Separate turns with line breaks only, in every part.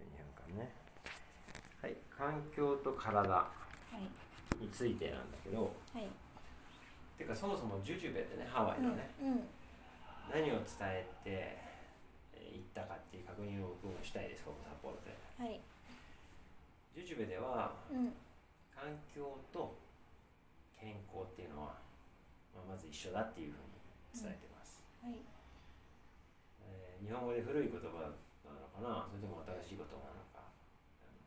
ねはい環境と体
はい
についてなんだけど
はい
てかそもそもジュジュベってねハワイのね、
うん
何を伝えてえー行ったかっていう確認を僕もしたいですこの札幌で
はい
ジュジュベでは
うん
環境と健康っていうのは、まあまず一緒だっていうふうに伝えてます、
はい
えー日本語で古い言葉なのかなそれとも新しい言葉なのかあの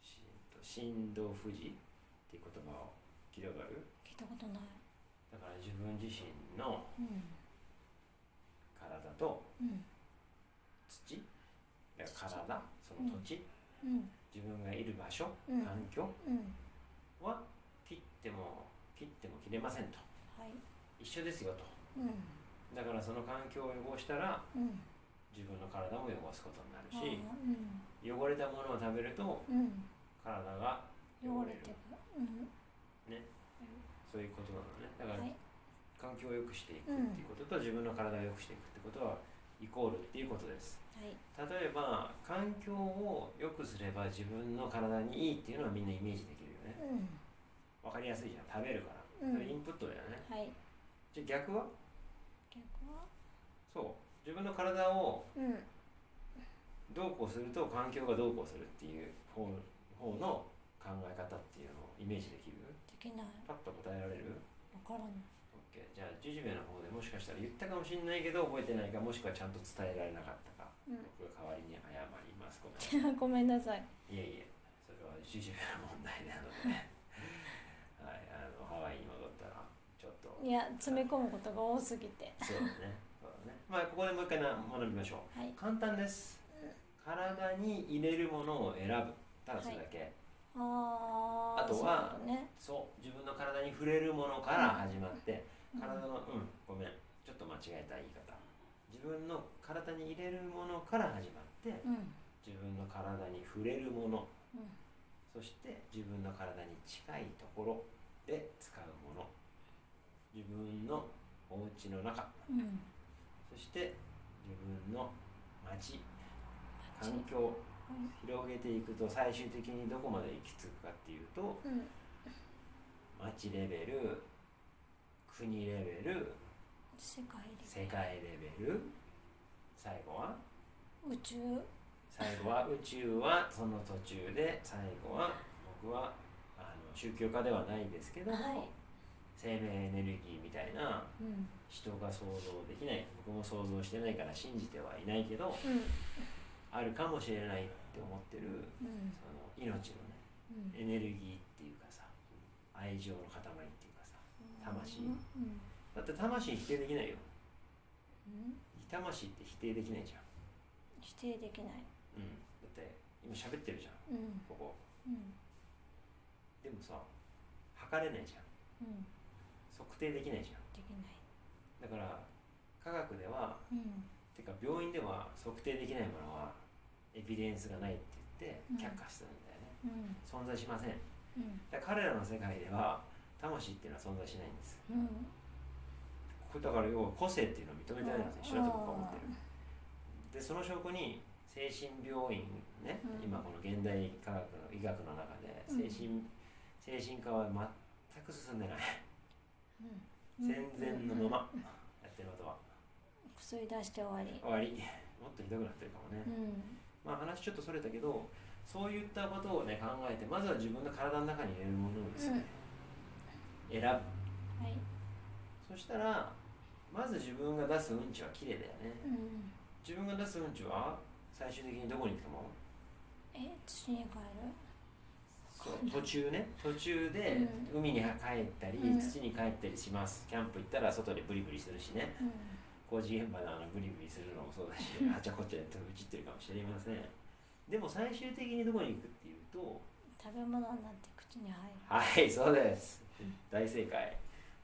し振動富士っていう言葉を聞いたことある
聞いたことない
だから自分自身の
うん
体と
うん
土だから体その土地、
うん
自分がいる場所、
うん
環境
うん
は切っても切っても切れませんと
はい
一緒ですよと
うん
だからその環境を汚したら
うん
自分の体も汚すことになる
あ
し
ーうん
汚れたものを食べると
うん
体が汚
汚
れる
れてるうん
そういうことなのねだから
はい
環境を良くしていくっていうことと自分の体を良くしていくってことはイコールっていうことです
はい
例えば環境を良くすれば自分の体にいいっていうのはみんなイメージできるよね
うん
わかりやすいじゃん食べるから
うん
それインプットだよね
はい
じゃあ逆は
逆は
そう自分の体を
うん
どうこうすると環境がどうこうするっていう方方の考え方っていうのをイメージできる
できない
パッと答えられる
わからない
?OK じゃあジュジュベの方でもしかしたら言ったかもしれないけど覚えてないかもしくはちゃんと伝えられなかったか、
うん
僕が代わりに謝りますごめん
ごめんなさい
いえいえそれはジュジュベの問題なのではいあのハワイに戻ったらちょっと
いや詰め込むことが多すぎて
そうだねそうだねまあここでもう一回な学びましょう
はい
簡単です体に入れるものを選ぶただそれだけ、
あー
あとは
そうだね
そう自分の体に触れるものから始まって、
うん
体のうんごめんちょっと間違えた言い方自分の体に入れるものから始まって
うん
自分の体に触れるもの
うん
そして自分の体に近いところで使うもの自分のお家の中
うん
そして自分の街環境広げていくと最終的にどこまで行き着くかっていうと
うん
町レベル国レベル
世界で
世界レベル最後は
宇宙
最後 は宇宙はその途中で最後は僕はあの宗教家ではないですけども、
はい
生命エネルギーみたいな
うん
人が想像できない僕も想像してないから信じてはいないけど
うん
あるかもしれないって思ってる
うん
その命のね
うん
エネルギーっていうかさ愛情の塊っていうかさ魂
うん
だって魂否定できないよ
うん
魂って否定できないじゃん
否定できない
うんだって今喋ってるじゃん
うん
ここ
うん
でもさ測れないじゃん
うん
測定できないじゃん
できない
だから科学では
うん
てか病院では測定できないものはエビデンスがないって
うん
言って却下するんだよね、
うん
存在しません
うん
だから彼らの世界では魂っていうのは存在しないんです
うん
これだから要は個性っていうのを認めてないのと一緒だと僕は思ってる
あ
でその証拠に精神病院ね、
うん
今この現代科学の医学の中で
うん
精神、精神科は全く進んでない、
うん
戦前のままやってることは
薬出して終わり
終わりもっとひどくなってるかもね、
うん
まあ話ちょっとそれたけどそういったことをね考えてまずは自分の体の中に入れるものをですね、選ぶ
はい
そしたらまず自分が出すうんちは綺麗だよね
うん
自分が出すうんちは最終的にどこに行くと思う
え土に帰る
そう途中ね途中で海に帰ったり、
うん
土に帰ったりしますキャンプ行ったら外でブリブリするしね
うん
工事現場であのブリブリするのもそうだしあちゃこちゃやってうちってるかもしれませんでも最終的にどこに行くっていうと
食べ物になって口に入る
はいそうです大正解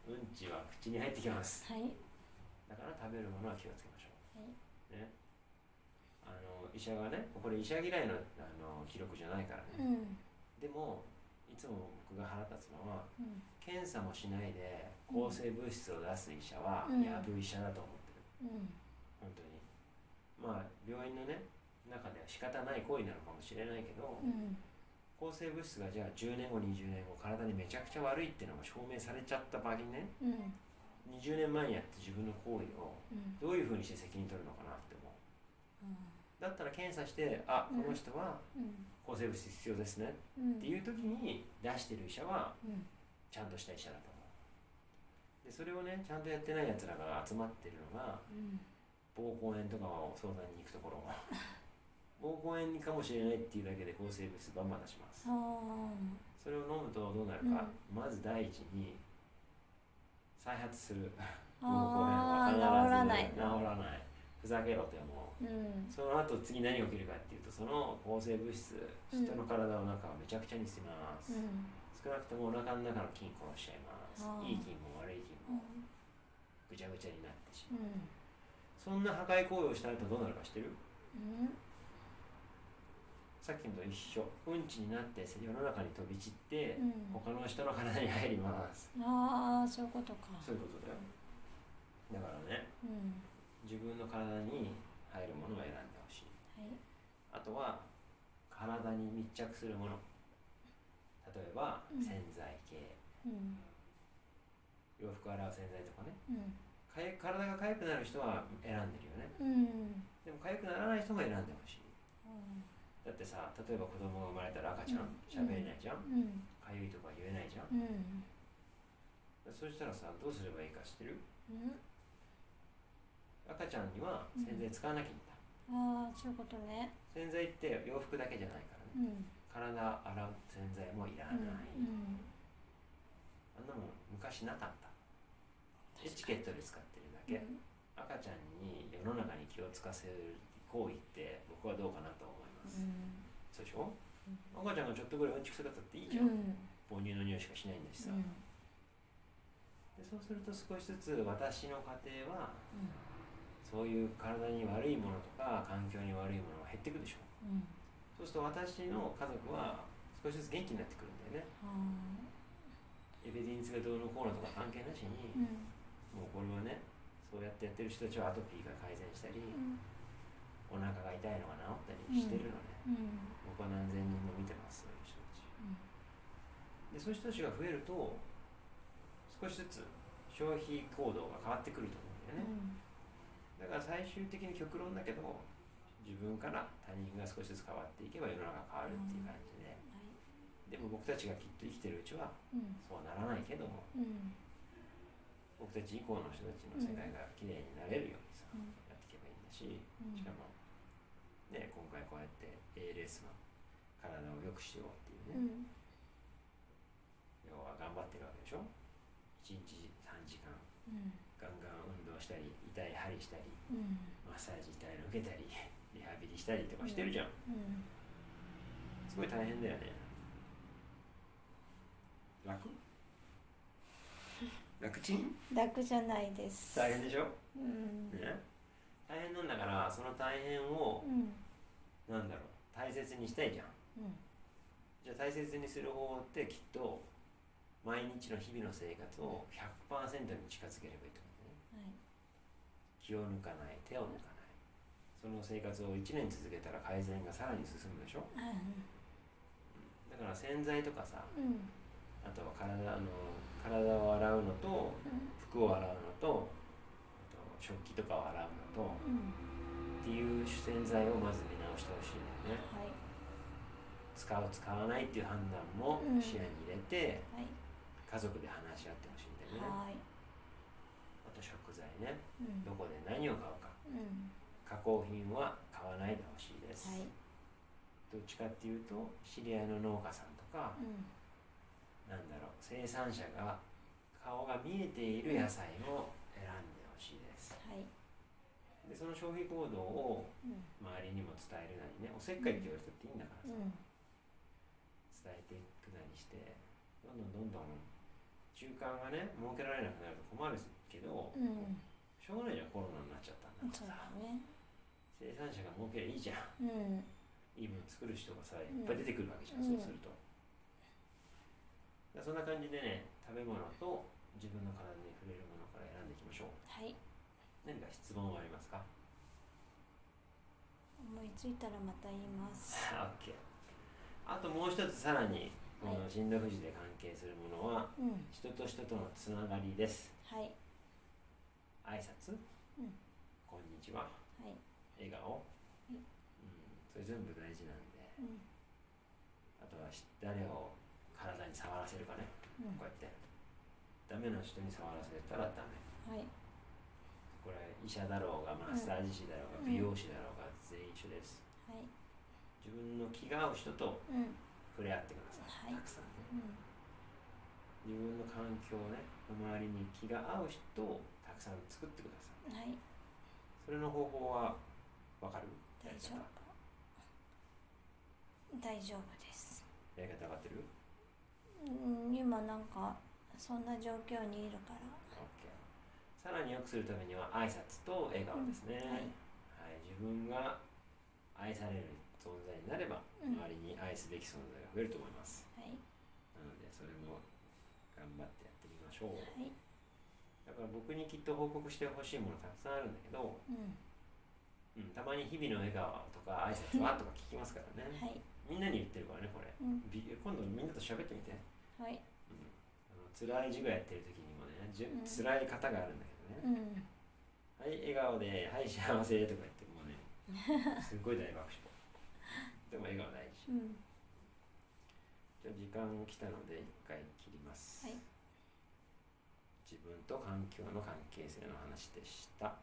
うんちは口に入ってきます
はい
だから食べるものは気をつけましょ
はいう
ねあの医者がねこれ医者嫌いのあの記録じゃないから
う
ね、
ん
でもいつも僕が腹立つのは
うん
検査もしないで抗生物質を出す医者は
うん
やぶ医者だと思ってる、
うん
本当にまあ病院のね中では仕方ない行為なのかもしれないけど、
うん
抗生物質がじゃあ10年後20年後体にめちゃくちゃ悪いってのが証明されちゃった場合にね
うん
20年前にやって自分の行為を
うん
どういうふうにして責任取るのかなって思う
う
だったら検査してあ
うん
この人は
ん
抗生物質必要ですね
うん
っていう時に出してる医者は
うん
ちゃんとした医者だと思うでそれをねちゃんとやってないやつらが集まってるのが
うん
膀胱炎とかを相談に行くとこ ろ膀胱炎かもしれないっていうだけで抗生物質バンバン出します
あー
それを飲むとどうなるか、まず第一に再発する膀胱炎
あ
は
ー
必
治
ず
らない
治らないふざけろって思う
うん
その後次何が起きるかっていうとその抗生物質
うん
人の体の中をめちゃくちゃにします、
うん
少なくともお腹の中の菌殺しちゃいます
あー
いい菌も悪い菌
う
も
ん
ぐちゃぐちゃになってしまう
うん
そんな破壊行為をした後どうなるか知ってる
うん
さっきのと一緒うんちになって世の中に飛び散って
うん
他の人の体に入ります
ああそういうことか
そういうことだよだからね
うん
自分の体に入るものを選んでほしい
はい
あとは体に密着するもの例えば
うん
洗剤系、
うん
洋服洗う洗剤とかね
うん
かゆ体が痒くなる人は選んでるよね
うん
でも痒くならない人も選んでほしいだってさ例えば子供が生まれたら赤ちゃん
うん
喋れないじゃん
うん
痒いとか言えないじゃん
うん
そしたらさどうすればいいか知ってる
うん
赤ちゃんには洗剤使わなきゃいいんだ、
ああそういうことね
洗剤って洋服だけじゃないからね
うん
体洗う洗剤もいら
う
ない、
んうん
あんなもん昔なかったエチケットで使ってるだけ、赤ちゃんに世の中に気をつかせる行為って僕はどうかなと思います、そうでしょ赤ちゃんがちょっとぐらいうんちくさかったっていいじゃん、母乳の匂いしかしないんだしさ、でそうすると少しずつ私の家庭はそういう体に悪いものとか環境に悪いものが減ってくるでしょそうすると私の家族は少しずつ元気になってくるんだよねエビデンスがどうのこうのとか関係なしに、もうこれはねそうやってやってる人たちはアトピーが改善したり、お腹が痛いのが治ったりしてるのね、僕は何千人も見てますそういう人たちでそういう人たちが増えると少しずつ消費行動が変わってくると思うんだよね、だから最終的に極論だけど自分から他人が少しずつ変わっていけば世の中が変わるっていう感じで、でも僕たちがきっと生きてるうちはそうならないけども僕たち以降の人たちの世界が綺麗になれるようにさ、
うん
やっていけばいいんだし、しかも、ね、今回こうやって ALS の体を良くしようっていうね、要は頑張ってるわけでしょ1日3時間ガンガン運動したり痛い針したりマッサージ痛いの受けたりリハビリしたりとかしてるじゃん、すごい大変だよね 楽楽ちん
楽じゃないです。
大変でしょ、
うん。
ね、大変なんだからその大変を
うん。
なんだろう大切にしたいじゃん
うん。
じゃあ大切にする方法ってきっと毎日の日々の生活を100%に近づければいいと思うね
はい。
気を抜かない手を抜かないその生活を1年続けたら改善がさらに進むでしょだから洗剤とかさ
うん。
あとは体あの体を洗うのと服を洗うのとあと食器とかを洗うのと
うん。
っていう洗剤をまず見直してほしいんだよね
はい。
使う使わないっていう判断も
うん
視野に入れて
はい。
家族で話し合ってほしいんだよね
はい。
あと食材ね
うん
ど。こで何を買うか
うん。
加工品は買わないでほしいです、
はい。
どっちかっていうと知り合いの農家さんとか、
う
なんだろう生産者が顔が見えている野菜を選んでほしいです
ん。はい。
でその消費行動を
うん。
周りにも伝えるなりねおせっかいって言われたっていいんだから
う
さ、伝
ん。
えていくなりしてどんどんどんどん習慣がね設けられなくなると困るけど、
う
しょうがないじゃんコロナになっちゃったん
ん。
だ
そ
か
うだ
らさ
ね。
生産者が儲けりゃいいじゃん
うん。
いいもの作る人がさい
うん
っぱい出てくるわけじゃん、
うん
そうするとだからそんな感じでね食べ物と自分の体に触れるものから選んでいきましょう
はい。
何か質問はありますか
う思いついたらまた言います。
あ OK あともう一つさらにこの新道富士で関係するものは
うん、
人と人とのつながりです
はい、はい、
挨拶、
うん
こんにちは笑顔、
うん
うん、それ全部大事なんで
うん、
あとはし誰を体に触らせるかね
うん、
こうやってダメな人に触らせたらダメ
はい、
これ医者だろうがマッサージ師だろうが
うん
美容師だろうが全員一緒です
はい、
自分の気が合う人と
うん、
触れ合ってください、
はい
たくさんね自
うん、
分の環境ね周りに気が合う人をたくさん作ってください
はい、
それの方法はわかる
大丈夫。大丈夫です。
やり方わかってる
うん、今なんか、そんな状況にいるから。
OK さらに良くするためには挨拶と笑顔ですね、
うんは
はい自分が愛
い
される存在になれば
うん
周りに愛すべき存在が増えると思います、
はい、
なのでそれも頑張ってやってみましょう
はい、
だから僕にきっと報告してほしいものたくさんあるんだけど、
うん、
うん、たまに日々の笑顔とか挨拶はとか聞きますからね
はい、
みんなに言ってるからねこれ
うん、
び今度みんなと喋ってみて、
はい、
うん、あの辛い授業やってる時にもねじゅ
うん
辛い方があるんだけどね、は
うん、
い、笑顔で、はい、幸せとか言って、 もうね、すっごい大爆笑。でも笑顔大事。
うん、
じゃあ時間来たので、一回切ります。
はい
自分と環境の関係性の話でした。